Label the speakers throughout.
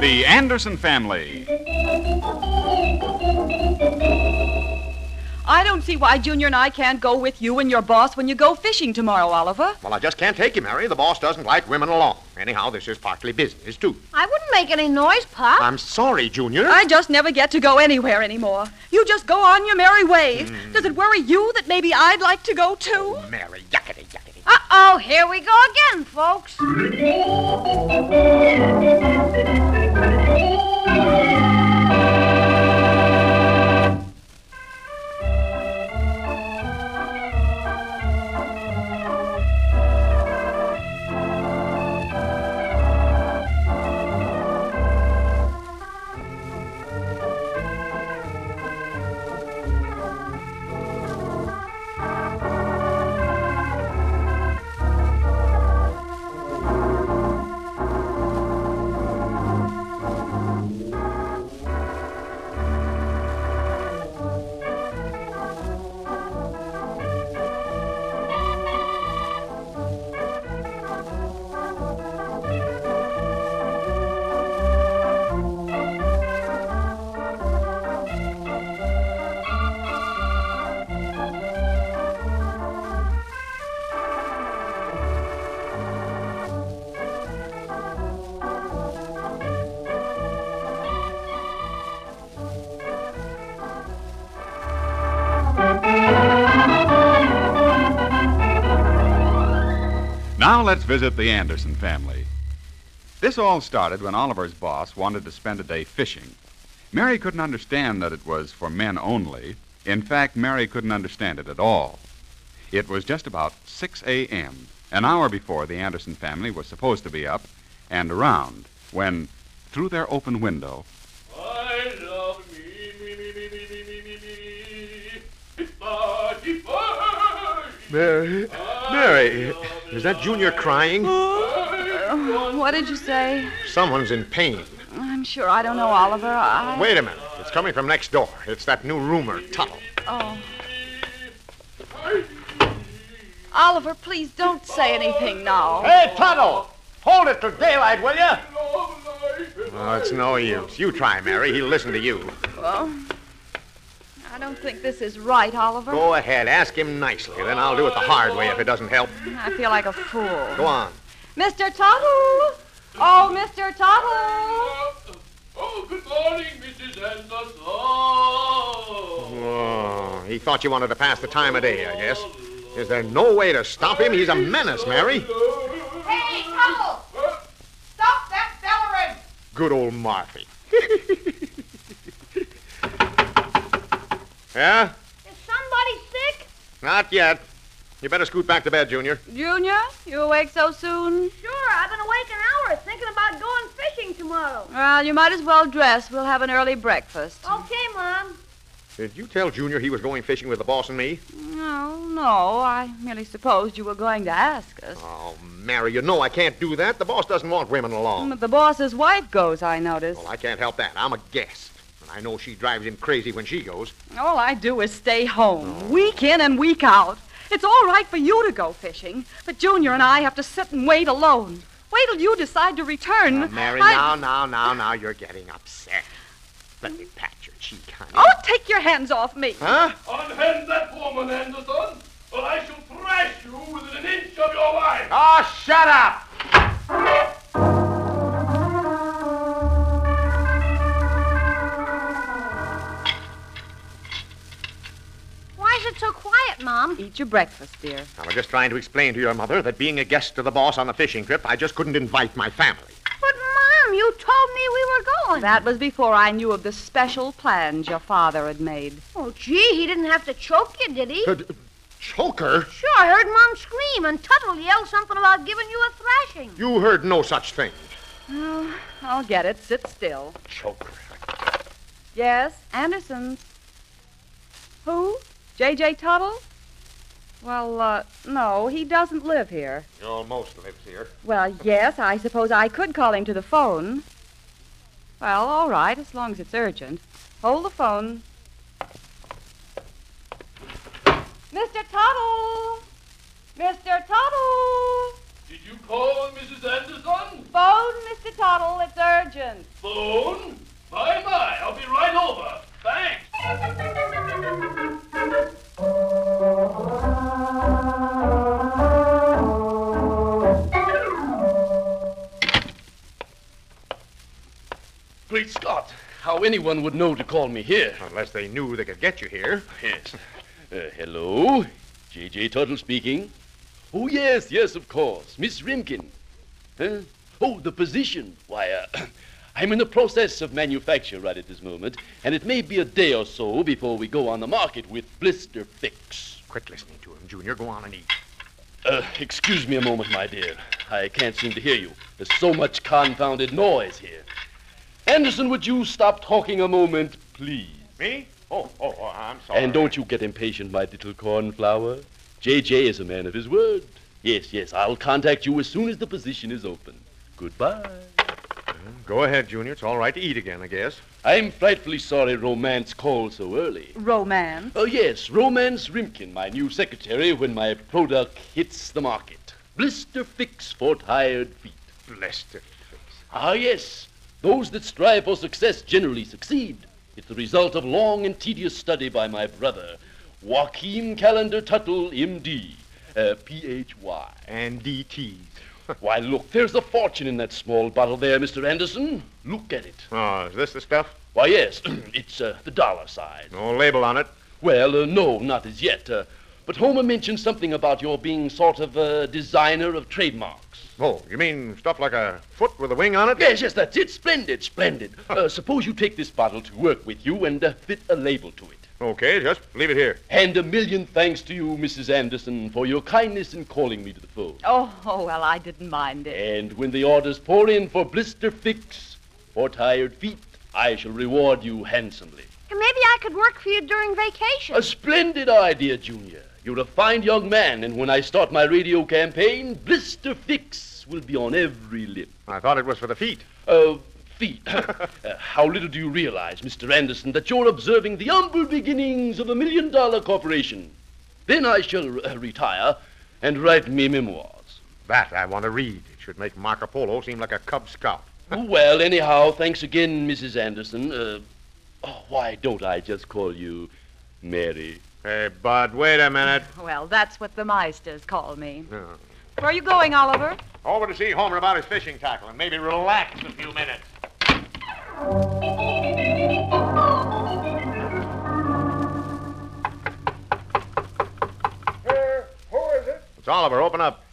Speaker 1: The Anderson Family.
Speaker 2: I don't see why Junior and I can't go with you and your boss when you go fishing tomorrow, Oliver.
Speaker 3: Well, I just can't take you, Mary. The boss doesn't like women along. Anyhow, this is partly business, too.
Speaker 4: I wouldn't make any noise, Pop.
Speaker 3: I'm sorry, Junior.
Speaker 2: I just never get to go anywhere anymore. You just go on your merry ways.
Speaker 3: Hmm.
Speaker 2: Does it worry you that maybe I'd like to go too?
Speaker 3: Mary, yuckity, yuckity.
Speaker 4: Uh-oh, here we go again, folks.
Speaker 1: Now let's visit the Anderson family. This all started when Oliver's boss wanted to spend a day fishing. Mary couldn't understand that it was for men only. In fact, Mary couldn't understand it at all. It was just about 6 a.m., an hour before the Anderson family was supposed to be up and around, when, through their open window,
Speaker 5: I love me, me, me, me, me, me, me, me, me. It's party, party.
Speaker 3: Mary. Mary. Is that Junior crying?
Speaker 2: What did you say?
Speaker 3: Someone's in pain.
Speaker 2: I'm sure I don't know, Oliver. I.
Speaker 3: Wait a minute. It's coming from next door. It's that new roomer, Tuttle.
Speaker 2: Oh. Oliver, please don't say anything now.
Speaker 6: Hey, Tuttle! Hold it till daylight, will you?
Speaker 3: Oh, it's no use. You try, Mary. He'll listen to you.
Speaker 2: Well, I don't think this is right, Oliver.
Speaker 3: Go ahead. Ask him nicely. Then I'll do it the hard way if it doesn't help.
Speaker 2: I feel like a fool.
Speaker 3: Go on.
Speaker 2: Mr. Tuttle! Oh, Mr. Tuttle!
Speaker 5: Oh, good morning, Mrs. Anderson. Oh,
Speaker 3: Oh, he thought you wanted to pass the time of day, I guess. Is there no way to stop him? He's a menace, Mary.
Speaker 4: Hey, Tuttle! Stop that bellering!
Speaker 3: Good old Marthy. yeah?
Speaker 4: Is somebody sick?
Speaker 3: Not yet. You better scoot back to bed, Junior.
Speaker 2: Junior, you awake so soon?
Speaker 4: Sure, I've been awake an hour thinking about going fishing tomorrow.
Speaker 2: Well, you might as well dress. We'll have an early breakfast.
Speaker 4: Okay, Mom.
Speaker 3: Did you tell Junior he was going fishing with the boss and me?
Speaker 2: No, Oh, no. I merely supposed you were going to ask us.
Speaker 3: Oh, Mary, you know I can't do that. The boss doesn't want women along.
Speaker 2: But the boss's wife goes, I notice.
Speaker 3: Well, I can't help that. I'm a guest. And I know she drives him crazy when she goes.
Speaker 2: All I do is stay home, week in and week out. It's all right for you to go fishing, but Junior and I have to sit and wait alone. Wait till you decide to return.
Speaker 3: Now, Mary,
Speaker 2: I-
Speaker 3: now, now, now, now, you're getting upset. Let me pat your cheek, honey.
Speaker 2: Oh, take your hands off me.
Speaker 3: Huh?
Speaker 5: unhand that woman, Anderson, or I shall thrash you within an inch of your life.
Speaker 6: Oh, shut up!
Speaker 4: Why is it so quiet, Mom?
Speaker 2: Eat your breakfast, dear.
Speaker 3: I was just trying to explain to your mother that being a guest to the boss on a fishing trip, I just couldn't invite my family.
Speaker 4: But, Mom, you told me we were going.
Speaker 2: That was before I knew of the special plans your father had made.
Speaker 4: Oh, gee, he didn't have to choke you, did he?
Speaker 3: But, choker?
Speaker 4: Sure, I heard Mom scream, and Tuttle yelled something about giving you a thrashing.
Speaker 3: You heard no such thing.
Speaker 2: I'll get it. Sit still.
Speaker 3: Choker.
Speaker 2: Yes, Anderson's. Who? J.J. Tuttle? Well, uh, no, he doesn't live here.
Speaker 3: He almost lives here.
Speaker 2: Well, yes, I suppose I could call him to the phone. Well, all right, as long as it's urgent. Hold the phone. Mr. Tuttle! Mr. Tuttle!
Speaker 5: Did you call Mrs. Anderson?
Speaker 2: Bone, Mr. Tuttle, it's urgent.
Speaker 5: Bone? By my, I'll be right over. Thanks. Great Scott, how anyone would know to call me here.
Speaker 3: Unless they knew they could get you here.
Speaker 5: Yes. Uh, hello? J.J. Tuttle speaking. Oh, yes, yes, of course. Miss Rimkin. Huh? Oh, the position. Why, uh, I'm in the process of manufacture right at this moment, and it may be a day or so before we go on the market with Blister Fix.
Speaker 3: Quit listening to him, Junior. Go on and eat.
Speaker 5: Uh, excuse me a moment, my dear. I can't seem to hear you. There's so much confounded noise here. Anderson, would you stop talking a moment, please?
Speaker 3: Me? Oh, oh, oh I'm sorry.
Speaker 5: And don't you get impatient, my little cornflower. J.J. is a man of his word. Yes, yes, I'll contact you as soon as the position is open. Goodbye.
Speaker 3: Go ahead, Junior. It's all right to eat again, I guess.
Speaker 5: I'm frightfully sorry romance called so early.
Speaker 2: Romance.
Speaker 5: Oh, yes, Romance Rimkin, my new secretary, when my product hits the market. Blister fix for tired feet.
Speaker 3: Blessed.
Speaker 5: Ah, yes. Those that strive for success generally succeed. It's the result of long and tedious study by my brother, Joachim Calendar Tuttle, M.D., uh, Ph.Y.
Speaker 3: And DTs.
Speaker 5: Why, look, there's a fortune in that small bottle there, Mr. Anderson. Look at it.
Speaker 3: Oh, is this the stuff?
Speaker 5: Why, yes, it's uh, the dollar size.
Speaker 3: No label on it.
Speaker 5: Well, uh, no, not as yet. Uh, but Homer mentioned something about your being sort of a designer of trademarks.
Speaker 3: Oh, you mean stuff like a foot with a wing on it?
Speaker 5: Yes, yes, that's it. Splendid, splendid. Uh, suppose you take this bottle to work with you and uh, fit a label to it.
Speaker 3: Okay, just leave it here.
Speaker 5: And a million thanks to you, Mrs. Anderson, for your kindness in calling me to the phone.
Speaker 2: Oh, oh, well, I didn't mind it.
Speaker 5: And when the orders pour in for blister fix, for tired feet, I shall reward you handsomely.
Speaker 4: And maybe I could work for you during vacation.
Speaker 5: A splendid idea, Junior. You're a fine young man, and when I start my radio campaign, Blister Fix will be on every lip.
Speaker 3: I thought it was for the feet.
Speaker 5: Uh, feet. Uh, how little do you realize, Mr. Anderson, that you're observing the humble beginnings of a million dollar corporation? Then I shall uh, retire and write me memoirs.
Speaker 3: That I want to read. It should make Marco Polo seem like a Cub Scout.
Speaker 5: well, anyhow, thanks again, Mrs. Anderson. Uh, oh, why don't I just call you Mary?
Speaker 3: Hey, Bud, wait a minute.
Speaker 2: Well, that's what the Meisters call me.
Speaker 3: Yeah.
Speaker 2: Where are you going, Oliver?
Speaker 3: Hmm. Over to see Homer about his fishing tackle and maybe relax a few minutes.
Speaker 7: Here, who is it?
Speaker 3: It's Oliver. Open up.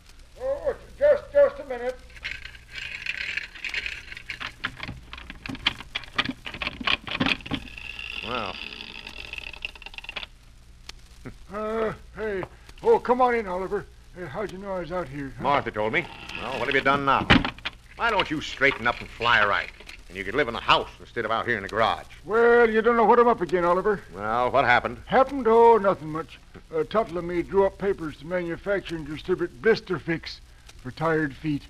Speaker 7: Oh, it's just just a minute.
Speaker 3: Well,
Speaker 7: Uh, hey, oh, come on in, Oliver. Uh, how'd you know I was out here? huh?
Speaker 3: Martha told me. Well, what have you done now? Why don't you straighten up and fly right? And you could live in a house instead of out here in the garage.
Speaker 7: Well, you don't know what I'm up again, Oliver.
Speaker 3: Well, what happened?
Speaker 7: Happened? Oh, nothing much. Uh, Tuttle and me drew up papers to manufacture and distribute Blister Fix for tired feet.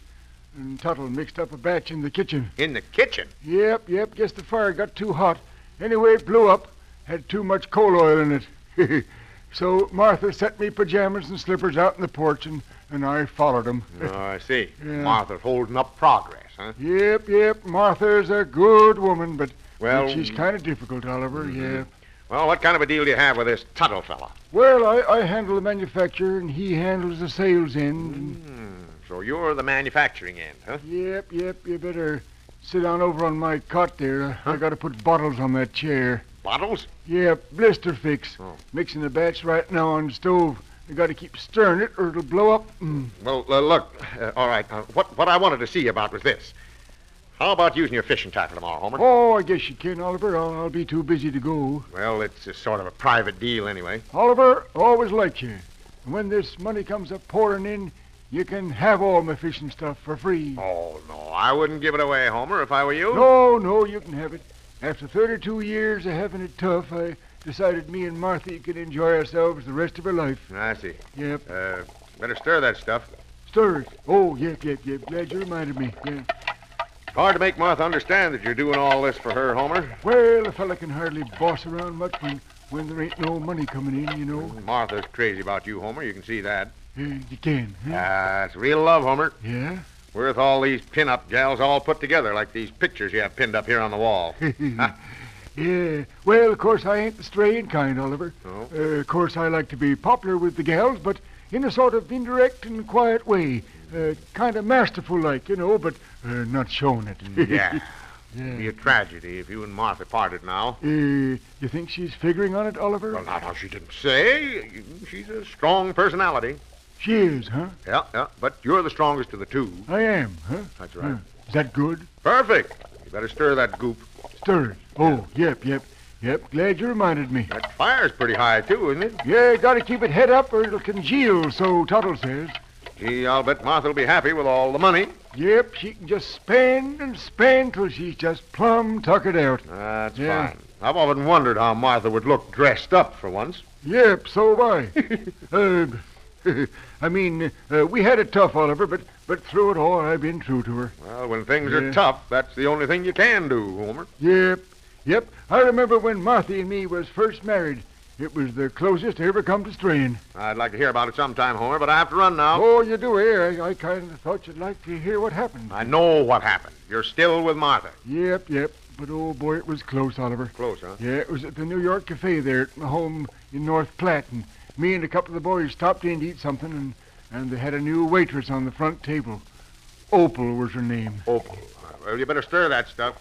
Speaker 7: And Tuttle mixed up a batch in the kitchen.
Speaker 3: In the kitchen.
Speaker 7: Yep, yep, guess the fire got too hot. Anyway, it blew up. Had too much coal oil in it. so Martha set me pajamas and slippers out in the porch, and, and I followed 'em.
Speaker 3: Oh, I see.
Speaker 7: Yeah.
Speaker 3: Martha's holding up progress, huh?
Speaker 7: Yep, yep. Martha's a good woman, but
Speaker 3: Well- Mm-hmm.
Speaker 7: but she's kind of difficult, Oliver. Yeah.
Speaker 3: Well, what kind of a deal do you have with this Tuttle fella?
Speaker 7: Well, I, I handle the manufacture, and he handles the sales end. and-
Speaker 3: Hmm, So you're the manufacturing end, Mm-hmm. huh?
Speaker 7: Yep, yep. You better sit down over on my cot there. I- I got to put bottles on that chair.
Speaker 3: Bottles?
Speaker 7: Yep, blister fix.
Speaker 3: Oh.
Speaker 7: Mixing the batch right now on the stove. I got to keep stirring it, or it'll blow up. Mm.
Speaker 3: Well, uh, look, uh, all right. Uh, what, what I wanted to see you about was this. How about using your fishing tackle tomorrow, Homer?
Speaker 7: Oh, I guess you can, Oliver. I'll, I'll be too busy to go.
Speaker 3: Well, it's a sort of a private deal anyway.
Speaker 7: Oliver, always like you. And when this money comes a pouring in, you can have all my fishing stuff for free.
Speaker 3: Oh, no, I wouldn't give it away, Homer, if I were you.
Speaker 7: No, no, you can have it. After 32 years of having it tough, I decided me and Martha could enjoy ourselves the rest of her life.
Speaker 3: I see.
Speaker 7: Yep.
Speaker 3: Uh, better stir that stuff.
Speaker 7: Stir it. Oh, yep, yep, yep. Glad you reminded me. Yeah.
Speaker 3: Hard to make Martha understand that you're doing all this for her, Homer.
Speaker 7: Well, a fella can hardly boss around much when, when there ain't no money coming in, you know.
Speaker 3: Martha's crazy about you, Homer. You can see that.
Speaker 7: Yeah, you can, huh?
Speaker 3: That's real love, Homer.
Speaker 7: Yeah?
Speaker 3: Worth all these pin-up gals all put together, like these pictures you have pinned up here on the wall.
Speaker 7: Yeah. Well, of course, I ain't the straying kind, Oliver.
Speaker 3: No?
Speaker 7: Uh, of course, I like to be popular with the gals, but in a sort of indirect and quiet way. Uh, kind of masterful like, you know, but uh, not showing it.
Speaker 3: yeah. It'd be a tragedy if you and Martha parted now.
Speaker 7: Uh, you think she's figuring on it, Oliver?
Speaker 3: Well, not how she didn't say. She's a strong personality.
Speaker 7: she is, huh?
Speaker 3: Yeah, yeah. But you're the strongest of the two.
Speaker 7: I am, huh?
Speaker 3: That's right.
Speaker 7: Is that good?
Speaker 3: Perfect. You better stir that goop.
Speaker 7: Stir it. Oh, yep, yep. Yep, glad you reminded me.
Speaker 3: That fire's pretty high, too, isn't it?
Speaker 7: Yeah, gotta keep it head up or it'll congeal, so Tuttle says.
Speaker 3: Gee, I'll bet Martha'll be happy with all the money.
Speaker 7: Yep, she can just spend and spend till she's just plumb tuckered out.
Speaker 3: That's
Speaker 7: Yeah.
Speaker 3: fine. I've often wondered how Martha would look dressed up for once.
Speaker 7: Yep, so have I. uh, I mean, uh, we had it tough, Oliver, but but through it all, I've been true to her.
Speaker 3: Well, when things
Speaker 7: Yeah.
Speaker 3: are tough, that's the only thing you can do, Homer.
Speaker 7: Yep, yep. I remember when Martha and me was first married. It was the closest I ever come to straying.
Speaker 3: I'd like to hear about it sometime, Homer, but I have to run now.
Speaker 7: Oh, you do, eh? I, I kind of thought you'd like to hear what happened.
Speaker 3: I know what happened. You're still with Martha.
Speaker 7: Yep, yep. But oh boy, it was close, Oliver.
Speaker 3: Close, huh?
Speaker 7: Yeah, it was at the New York Cafe there at my home in North Platte. And me and a couple of the boys stopped in to eat something, and, and they had a new waitress on the front table. Opal was her name.
Speaker 3: Opal. Uh, Well, you better stir that stuff.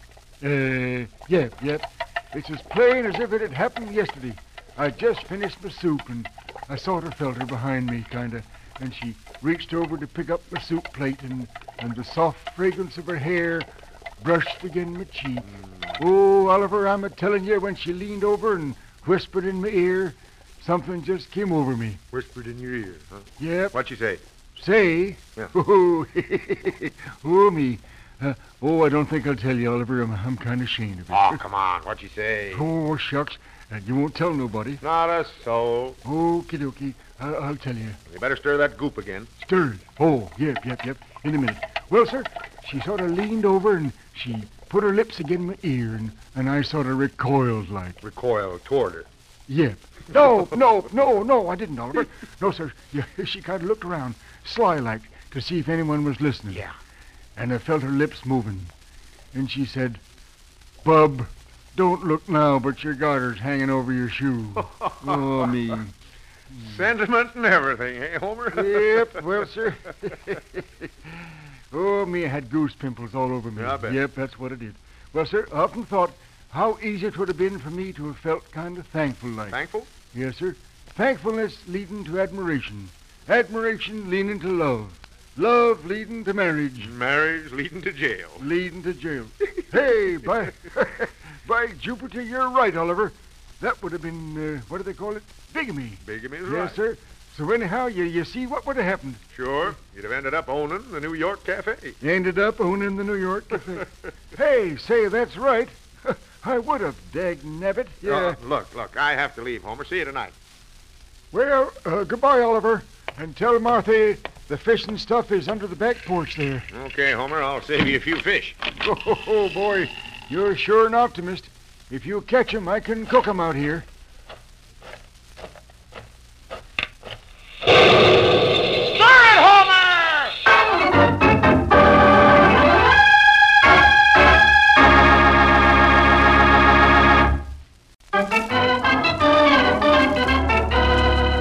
Speaker 7: Uh, yep, yep. It's as plain as if it had happened yesterday. I just finished my soup, and I sort of felt her behind me, kind of. And she reached over to pick up my soup plate, and, and the soft fragrance of her hair brushed again my cheek. Oh, Oliver, I'm a telling you, when she leaned over and whispered in my ear, something just came over me.
Speaker 3: Whispered in your ear, huh?
Speaker 7: Yep.
Speaker 3: What'd she say?
Speaker 7: Say?
Speaker 3: Yeah.
Speaker 7: Oh, oh, me. Uh, oh, I don't think I'll tell you, Oliver. I'm, I'm kind of ashamed of it.
Speaker 3: Oh, come on. What'd she say?
Speaker 7: Oh, shucks. And you won't tell nobody.
Speaker 3: Not a soul.
Speaker 7: Okie dokie. I'll, I'll tell you.
Speaker 3: You better stir that goop again.
Speaker 7: Stirred. Oh, yep, yep, yep. In a minute. Well, sir, she sort of leaned over and she put her lips again my ear, and, and I sort of recoiled like.
Speaker 3: Recoil toward her.
Speaker 7: Yep. No, no, no, no, I didn't, Oliver. No, sir. Yeah, she kind of looked around, sly like, to see if anyone was listening.
Speaker 3: Yeah.
Speaker 7: And I felt her lips moving. And she said, Bub, don't look now, but your garter's hanging over your shoe. oh, me.
Speaker 3: Sentiment and everything, eh, Homer?
Speaker 7: Hmm. Yep, well, sir. oh, me, I had goose pimples all over me.
Speaker 3: Yeah, I bet.
Speaker 7: Yep, that's what it is. Well, sir, I often thought how easy it would have been for me to have felt kind of thankful like.
Speaker 3: Thankful?
Speaker 7: Yes, sir. Thankfulness leading to admiration. Admiration leading to love. Love leading to marriage.
Speaker 3: Marriage leading to jail.
Speaker 7: Leading to jail. hey, by, by Jupiter, you're right, Oliver. That would have been, uh, what do they call it? Bigamy.
Speaker 3: Bigamy is
Speaker 7: yes,
Speaker 3: right.
Speaker 7: sir. So anyhow, you, you see what would have happened.
Speaker 3: Sure. You'd have ended up owning the New York Cafe.
Speaker 7: You ended up owning the New York Cafe. hey, say, that's right. I would have, dag nabbit. Yeah.
Speaker 3: Uh, look, look, I have to leave, Homer. See you tonight.
Speaker 7: Well, uh, goodbye, Oliver. And tell Martha the fish and stuff is under the back porch there.
Speaker 3: Okay, Homer, I'll save you a few fish.
Speaker 7: Oh, boy, you're sure an optimist. If you catch 'em, I can cook 'em out here.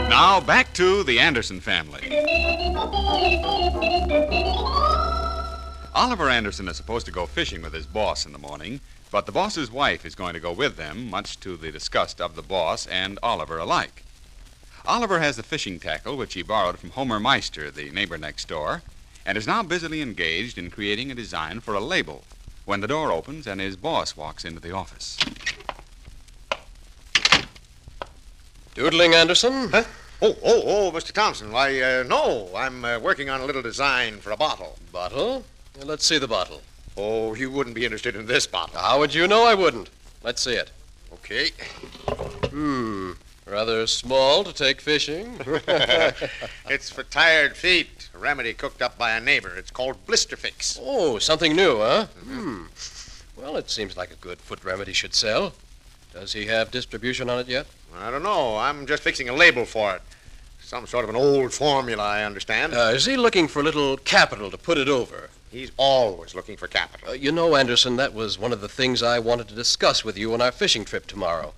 Speaker 1: Now back to the Anderson family. Oliver Anderson is supposed to go fishing with his boss in the morning, but the boss's wife is going to go with them, much to the disgust of the boss and Oliver alike. Oliver has the fishing tackle which he borrowed from Homer Meister, the neighbor next door, and is now busily engaged in creating a design for a label when the door opens and his boss walks into the office.
Speaker 8: Doodling, Anderson?
Speaker 3: Oh, oh, oh, Mr. Thompson. Why, uh, no, I'm uh, working on a little design for a bottle.
Speaker 8: Bottle? Yeah, Let's see the bottle.
Speaker 3: Oh, you wouldn't be interested in this bottle.
Speaker 8: How would you know I wouldn't? Let's see it.
Speaker 3: Okay.
Speaker 8: Hmm. Rather small to take fishing.
Speaker 3: it's for tired feet. A remedy cooked up by a neighbor. It's called Blister Fix.
Speaker 8: oh, something new, huh? Hmm. Well, it seems like a good foot remedy should sell. Does he have distribution on it yet?
Speaker 3: I don't know. I'm just fixing a label for it. Some sort of an old formula, I understand.
Speaker 8: Uh, is he looking for a little capital to put it over?
Speaker 3: He's always looking for capital.
Speaker 8: Uh, you know, Anderson, that was one of the things I wanted to discuss with you on our fishing trip tomorrow.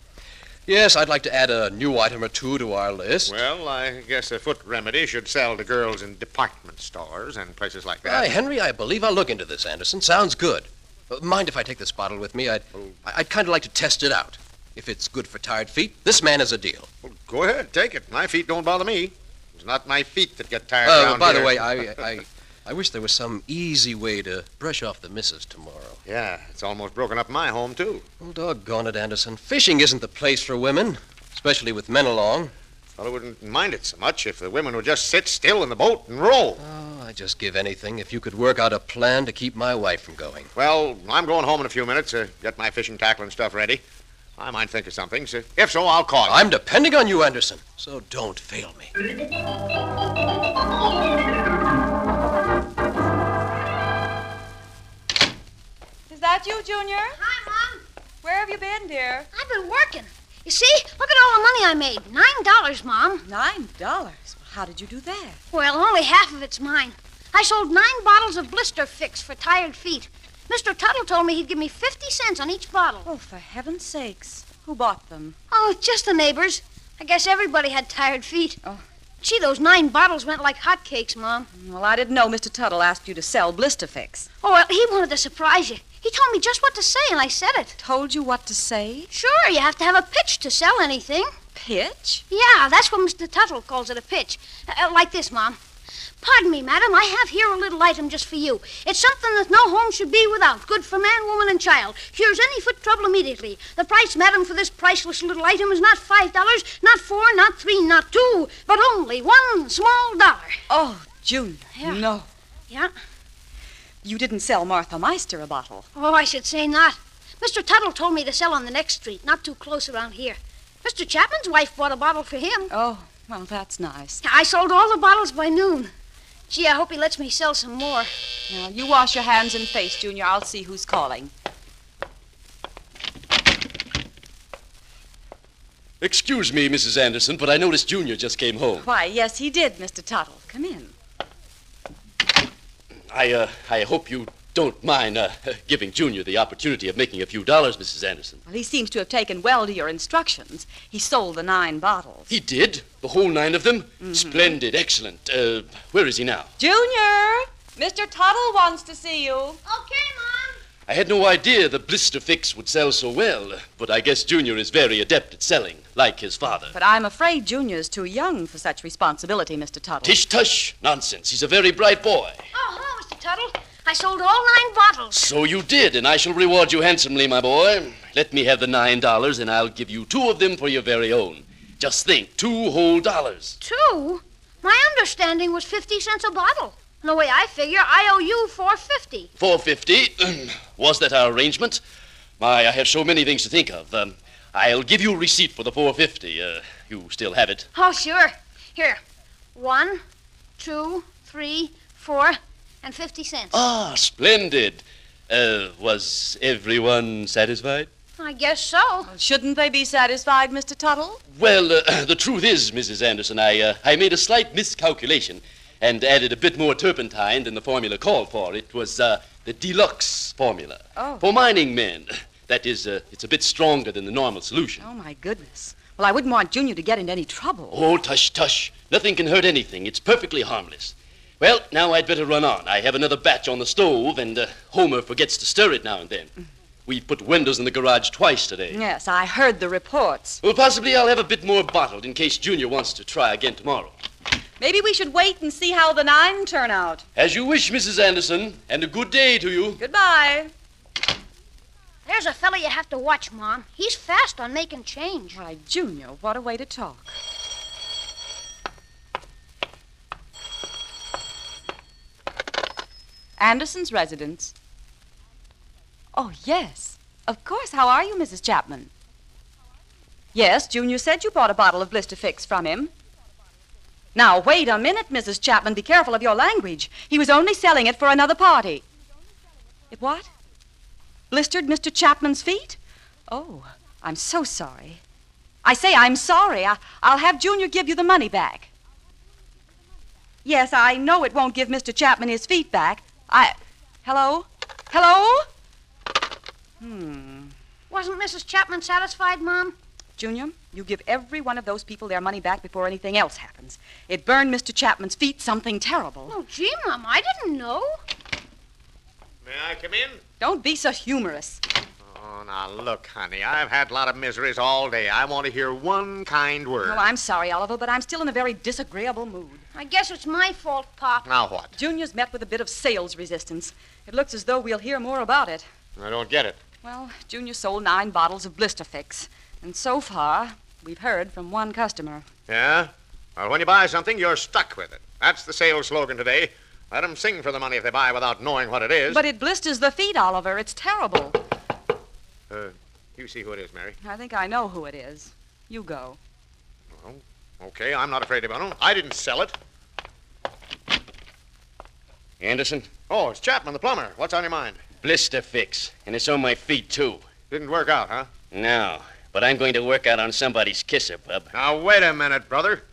Speaker 8: Yes, I'd like to add a new item or two to our list.
Speaker 3: Well, I guess a foot remedy should sell to girls in department stores and places like that.
Speaker 8: Why, Henry, I believe I'll look into this, Anderson. Sounds good. Uh, mind if I take this bottle with me? I'd, I'd kind of like to test it out. If it's good for tired feet, this man is a deal.
Speaker 3: Well, go ahead, take it. My feet don't bother me. It's not my feet that get tired.
Speaker 8: Uh,
Speaker 3: around
Speaker 8: by the
Speaker 3: here.
Speaker 8: way, I, I, I wish there was some easy way to brush off the missus tomorrow.
Speaker 3: Yeah, it's almost broken up my home, too.
Speaker 8: Well, doggone it, Anderson. Fishing isn't the place for women, especially with men along.
Speaker 3: Fellow wouldn't mind it so much if the women would just sit still in the boat and roll.
Speaker 8: Oh, I'd just give anything if you could work out a plan to keep my wife from going.
Speaker 3: Well, I'm going home in a few minutes. Uh, get my fishing tackle and stuff ready. I might think of something. So if so, I'll call you.
Speaker 8: I'm depending on you, Anderson, so don't fail me.
Speaker 2: Is that you, Junior?
Speaker 4: Hi, Mom.
Speaker 2: Where have you been, dear?
Speaker 4: I've been working. You see, look at all the money I made. Nine dollars, Mom.
Speaker 2: Nine dollars. How did you do that?
Speaker 4: Well, only half of it's mine. I sold nine bottles of Blister Fix for tired feet. Mr. Tuttle told me he'd give me 50 cents on each bottle.
Speaker 2: Oh, for heaven's sakes. Who bought them?
Speaker 4: Oh, just the neighbors. I guess everybody had tired feet.
Speaker 2: Oh.
Speaker 4: Gee, those nine bottles went like hotcakes, Mom.
Speaker 2: Well, I didn't know Mr. Tuttle asked you to sell Blisterfix.
Speaker 4: Oh, well, he wanted to surprise you. He told me just what to say, and I said it.
Speaker 2: Told you what to say?
Speaker 4: Sure, you have to have a pitch to sell anything.
Speaker 2: Pitch?
Speaker 4: Yeah, that's what Mr. Tuttle calls it a pitch. Uh, uh, like this, Mom. Pardon me, madam, I have here a little item just for you. It's something that no home should be without. Good for man, woman, and child. Cures any foot trouble immediately. The price, madam, for this priceless little item is not five dollars, not four, not three, not two, but only one small dollar.
Speaker 2: Oh, Junior.
Speaker 4: Yeah.
Speaker 2: No.
Speaker 4: Yeah?
Speaker 2: You didn't sell Martha Meister a bottle.
Speaker 4: Oh, I should say not. Mr. Tuttle told me to sell on the next street, not too close around here. Mr. Chapman's wife bought a bottle for him.
Speaker 2: Oh, well, that's nice.
Speaker 4: I sold all the bottles by noon. Gee, I hope he lets me sell some more.
Speaker 2: Now, you wash your hands and face, Junior. I'll see who's calling.
Speaker 5: Excuse me, Mrs. Anderson, but I noticed Junior just came home.
Speaker 2: Why, yes, he did, Mr. Tuttle. Come in.
Speaker 5: I, uh, I hope you don't mind uh, giving Junior the opportunity of making a few dollars, Mrs. Anderson.
Speaker 2: Well, he seems to have taken well to your instructions. He sold the nine bottles.
Speaker 5: He did. The whole nine of them. Splendid. Excellent. Uh, where is he now?
Speaker 2: Junior! Mr. Tuttle wants to see you.
Speaker 4: Okay, Mom.
Speaker 5: I had no idea the blister fix would sell so well, but I guess Junior is very adept at selling, like his father.
Speaker 2: But I'm afraid Junior's too young for such responsibility, Mr. Tuttle.
Speaker 5: Tish tush. Nonsense. He's a very bright boy.
Speaker 4: Oh, hello, Mr. Tuttle. I sold all nine bottles.
Speaker 5: So you did, and I shall reward you handsomely, my boy. Let me have the nine dollars, and I'll give you two of them for your very own. Just think, two whole dollars.
Speaker 4: Two? My understanding was 50 cents a bottle. And the way I figure, I owe you 450.
Speaker 5: Four fifty. um, Was that our arrangement? My, I have so many things to think of. Um, I'll give you a receipt for the four fifty. Uh, you still have it.
Speaker 4: Oh, sure. Here. One, two, three, four, and 50 cents.
Speaker 2: Oh,
Speaker 5: Ah, splendid. Uh, was everyone satisfied?
Speaker 4: I guess so.
Speaker 2: Well, shouldn't they be satisfied, Mr. Tuttle?
Speaker 5: Well, uh, the truth is, Mrs. Anderson, I, uh, I made a slight miscalculation and added a bit more turpentine than the formula called for. It was uh, the deluxe formula
Speaker 2: Oh.
Speaker 5: for mining men. That is, uh, it's a bit stronger than the normal solution.
Speaker 2: Oh, my goodness. Well, I wouldn't want Junior to get into any trouble.
Speaker 5: Oh, tush, tush. Nothing can hurt anything. It's perfectly harmless. Well, now I'd better run on. I have another batch on the stove, and uh, Homer forgets to stir it now and then. We've put windows in the garage twice today.
Speaker 2: Yes, I heard the reports.
Speaker 5: Well, possibly I'll have a bit more bottled in case Junior wants to try again tomorrow.
Speaker 2: Maybe we should wait and see how the nine turn out.
Speaker 5: As you wish, Mrs. Anderson, and a good day to you.
Speaker 2: Goodbye.
Speaker 4: There's a fellow you have to watch, Mom. He's fast on making change.
Speaker 2: Why, Junior, what a way to talk. Anderson's residence. Oh, yes. Of course. How are you, Mrs. Chapman? Yes, Junior said you bought a bottle of Blister Fix from him. Now, wait a minute, Mrs. Chapman. Be careful of your language. He was only selling it for another party. It what? Blistered Mr. Chapman's feet? Oh, I'm so sorry. I say I'm sorry. I, I'll have Junior give you the money back. Yes, I know it won't give Mr. Chapman his feet back. I Hello? Hello? Hmm.
Speaker 4: Wasn't Mrs. Chapman satisfied, Mom?
Speaker 2: Junior, you give every one of those people their money back before anything else happens. It burned Mr. Chapman's feet something terrible.
Speaker 4: Oh, gee, Mom, I didn't know.
Speaker 3: May I come in?
Speaker 2: Don't be so humorous.
Speaker 3: Oh, now look, honey, I've had a lot of miseries all day. I want to hear one kind word.
Speaker 2: Well, Oh, I'm sorry, Oliver, but I'm still in a very disagreeable mood.
Speaker 4: I guess it's my fault, Pop.
Speaker 3: Now what?
Speaker 2: Junior's met with a bit of sales resistance. It looks as though we'll hear more about it.
Speaker 3: I don't get it.
Speaker 2: Well, Junior sold nine bottles of Blister Fix, and so far, we've heard from one customer.
Speaker 3: Yeah? Well, when you buy something, you're stuck with it. That's the sales slogan today. Let 'em sing for the money if they buy without knowing what it is.
Speaker 2: But it blisters the feet, Oliver. It's terrible.
Speaker 3: Uh, you see who it is, Mary.
Speaker 2: I think I know who it is. You go.
Speaker 3: Okay, I'm not afraid of him. I didn't sell it.
Speaker 9: Anderson,
Speaker 3: Oh, it's Chapman, the plumber. What's on your mind?
Speaker 9: blister fix, and it's on my feet, too.
Speaker 3: Didn't work out, huh?
Speaker 9: No, but I'm going to work out on somebody's kisser, bub.
Speaker 3: Now, wait a minute, brother.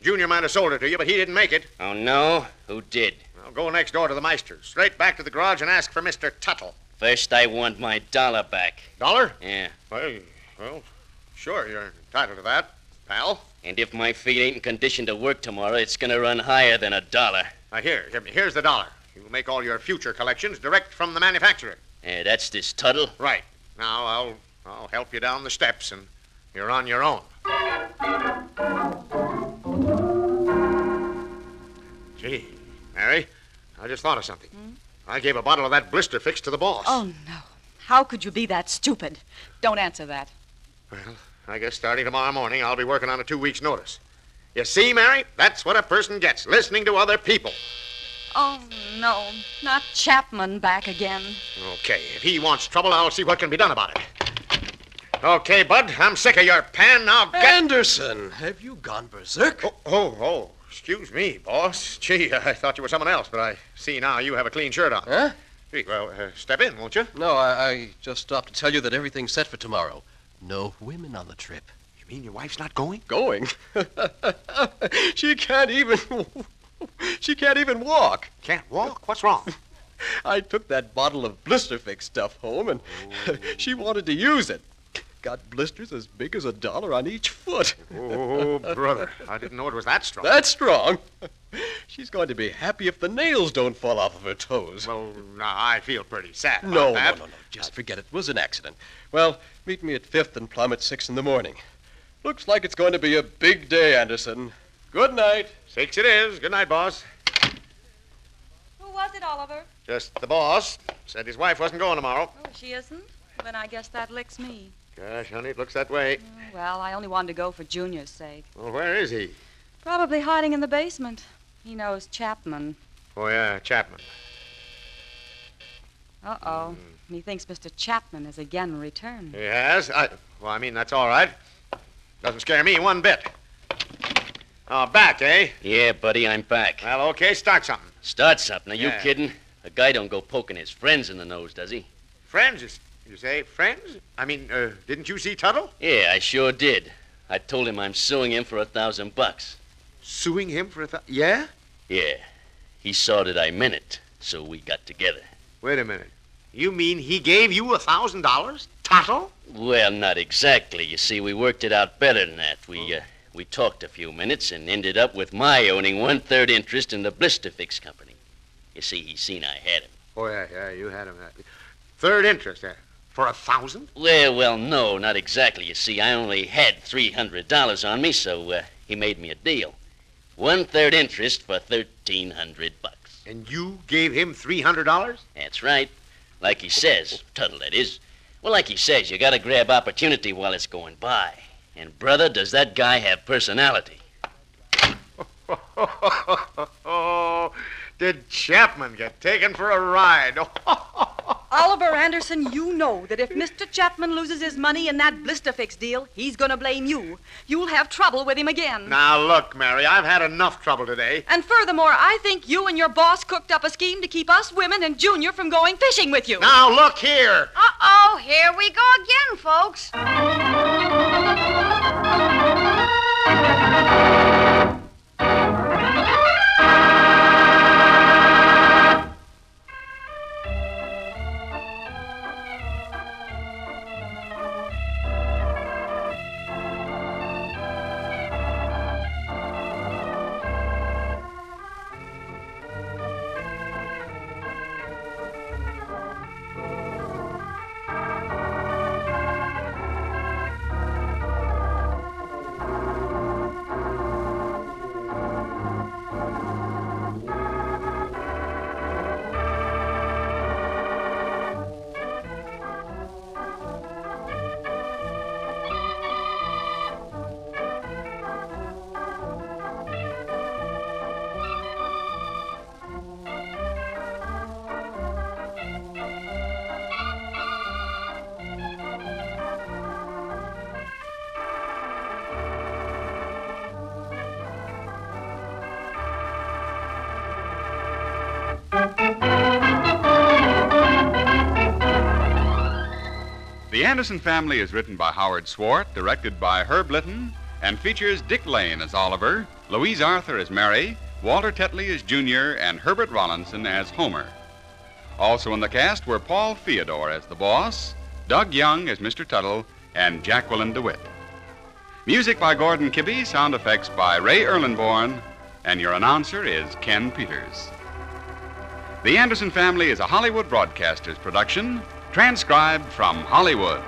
Speaker 3: Junior might have sold it to you, but he didn't make it.
Speaker 9: Oh, no? Who did?
Speaker 3: Now, go next door to the Meister, straight back to the garage, and ask for Mr. Tuttle.
Speaker 9: First, I want my dollar back.
Speaker 3: Dollar?
Speaker 9: Yeah,
Speaker 3: Well, well, sure, you're entitled to that, pal.
Speaker 9: and if my feet ain't in condition to work tomorrow, it's gonna run higher than a dollar.
Speaker 3: Now, here, here, here's the dollar. You'll make all your future collections direct from the manufacturer.
Speaker 9: Yeah, Eh, that's this Tuttle.
Speaker 3: Right. Now I'll I'll help you down the steps and you're on your own. Gee, Mary, I just thought of something. I gave a bottle of that blister fix to the boss.
Speaker 2: Oh, no. How could you be that stupid? Don't answer that.
Speaker 3: Well, I guess starting tomorrow morning I'll be working on a two weeks notice. You see, Mary, that's what a person gets listening to other people.
Speaker 2: Oh, no. Not Chapman back again.
Speaker 3: Okay, if he wants trouble, I'll see what can be done about it. Okay, bud, I'm sick of your pan. Now get
Speaker 8: Anderson, have you gone berserk?
Speaker 3: Oh, oh, oh, excuse me, boss. Gee, I thought you were someone else, but I see now you have a clean shirt on.
Speaker 8: Huh?
Speaker 3: Gee, well, uh, step in, won't you?
Speaker 8: No, I, I just stopped to tell you that everything's set for tomorrow. No women on the trip.
Speaker 3: You mean your wife's not going?
Speaker 8: Going? she can't even. she can't even walk.
Speaker 3: Can't walk? What's wrong?
Speaker 8: I took that bottle of blister fix stuff home, and she wanted to use it. Got blisters as big as a dollar on each foot.
Speaker 3: oh, brother, I didn't know it was that strong.
Speaker 8: That's strong. She's going to be happy if the nails don't fall off of her toes.
Speaker 3: Well, now, I feel pretty sad about
Speaker 8: no, no,
Speaker 3: that.
Speaker 8: no, no. Just forget it. It was an accident. Well, meet me at 5th and Plum at 6 in the morning. Looks like it's going to be a big day, Anderson. Good night.
Speaker 3: Six it is. Good night, boss.
Speaker 2: Who was it, Oliver?
Speaker 3: Just the boss. Said his wife wasn't going tomorrow.
Speaker 2: Oh, she isn't? Then I guess that licks me.
Speaker 3: Gosh, honey, it looks that way.
Speaker 2: Well, I only wanted to go for Junior's sake.
Speaker 3: Well, where is he?
Speaker 2: Probably hiding in the basement. He knows Chapman.
Speaker 3: Oh, yeah, Chapman.
Speaker 2: Uh oh. He thinks Mr. Chapman has again returned.
Speaker 3: Yes, I. Well, I mean, that's all right. Doesn't scare me one bit. Oh, back, eh?
Speaker 9: Yeah, buddy, I'm back.
Speaker 3: Well, okay, start something.
Speaker 9: Start something. Are you
Speaker 3: Yeah.
Speaker 9: kidding? A guy don't go poking his friends in the nose, does he?
Speaker 3: Friends, is- you say? Friends? I mean, uh, didn't you see Tuttle?
Speaker 9: Yeah, I sure did. I told him I'm suing him for a thousand bucks.
Speaker 3: Suing him for a thou- Yeah?
Speaker 9: Yeah, he saw that I meant it, so we got together.
Speaker 3: Wait a minute. You mean he gave you a thousand dollars? Tuttle?
Speaker 9: Well, not exactly. You see, we worked it out better than that. We
Speaker 3: Oh.
Speaker 9: uh, we talked a few minutes and ended up with my owning one third interest in the Blister Fix Company. You see, he seen I had him.
Speaker 3: Oh, yeah, yeah, you had him. At third interest, yeah. For a thousand?
Speaker 9: Well, well, no, not exactly. You see, I only had three hundred dollars on me, so uh, he made me a deal. One third interest for thirteen hundred bucks.
Speaker 3: And you gave him three hundred dollars?
Speaker 9: That's right. Like he says, Tuttle, that is. Well, like he says, you gotta grab opportunity while it's going by. And brother, does that guy have personality?
Speaker 3: Oh, did Chapman get taken for a ride?
Speaker 2: Oliver Anderson, you know that if Mr. Chapman loses his money in that blister fix deal, he's going to blame you. You'll have trouble with him again.
Speaker 3: now, look, Mary, I've had enough trouble today.
Speaker 2: And furthermore, I think you and your boss cooked up a scheme to keep us women and Junior from going fishing with you.
Speaker 3: Now, look here.
Speaker 4: Uh oh, here we go again, folks.
Speaker 1: The Anderson Family is written by Howard Swart, directed by Herb Litton, and features Dick Lane as Oliver, Louise Arthur as Mary, Walter Tetley as Junior, and Herbert Rollinson as Homer. Also in the cast were Paul Theodore as the boss, Doug Young as Mr. Tuttle, and Jacqueline DeWitt. Music by Gordon Kibbe, sound effects by Ray Erlenborn, and your announcer is Ken Peters. The Anderson Family is a Hollywood Broadcasters production, transcribed from Hollywood.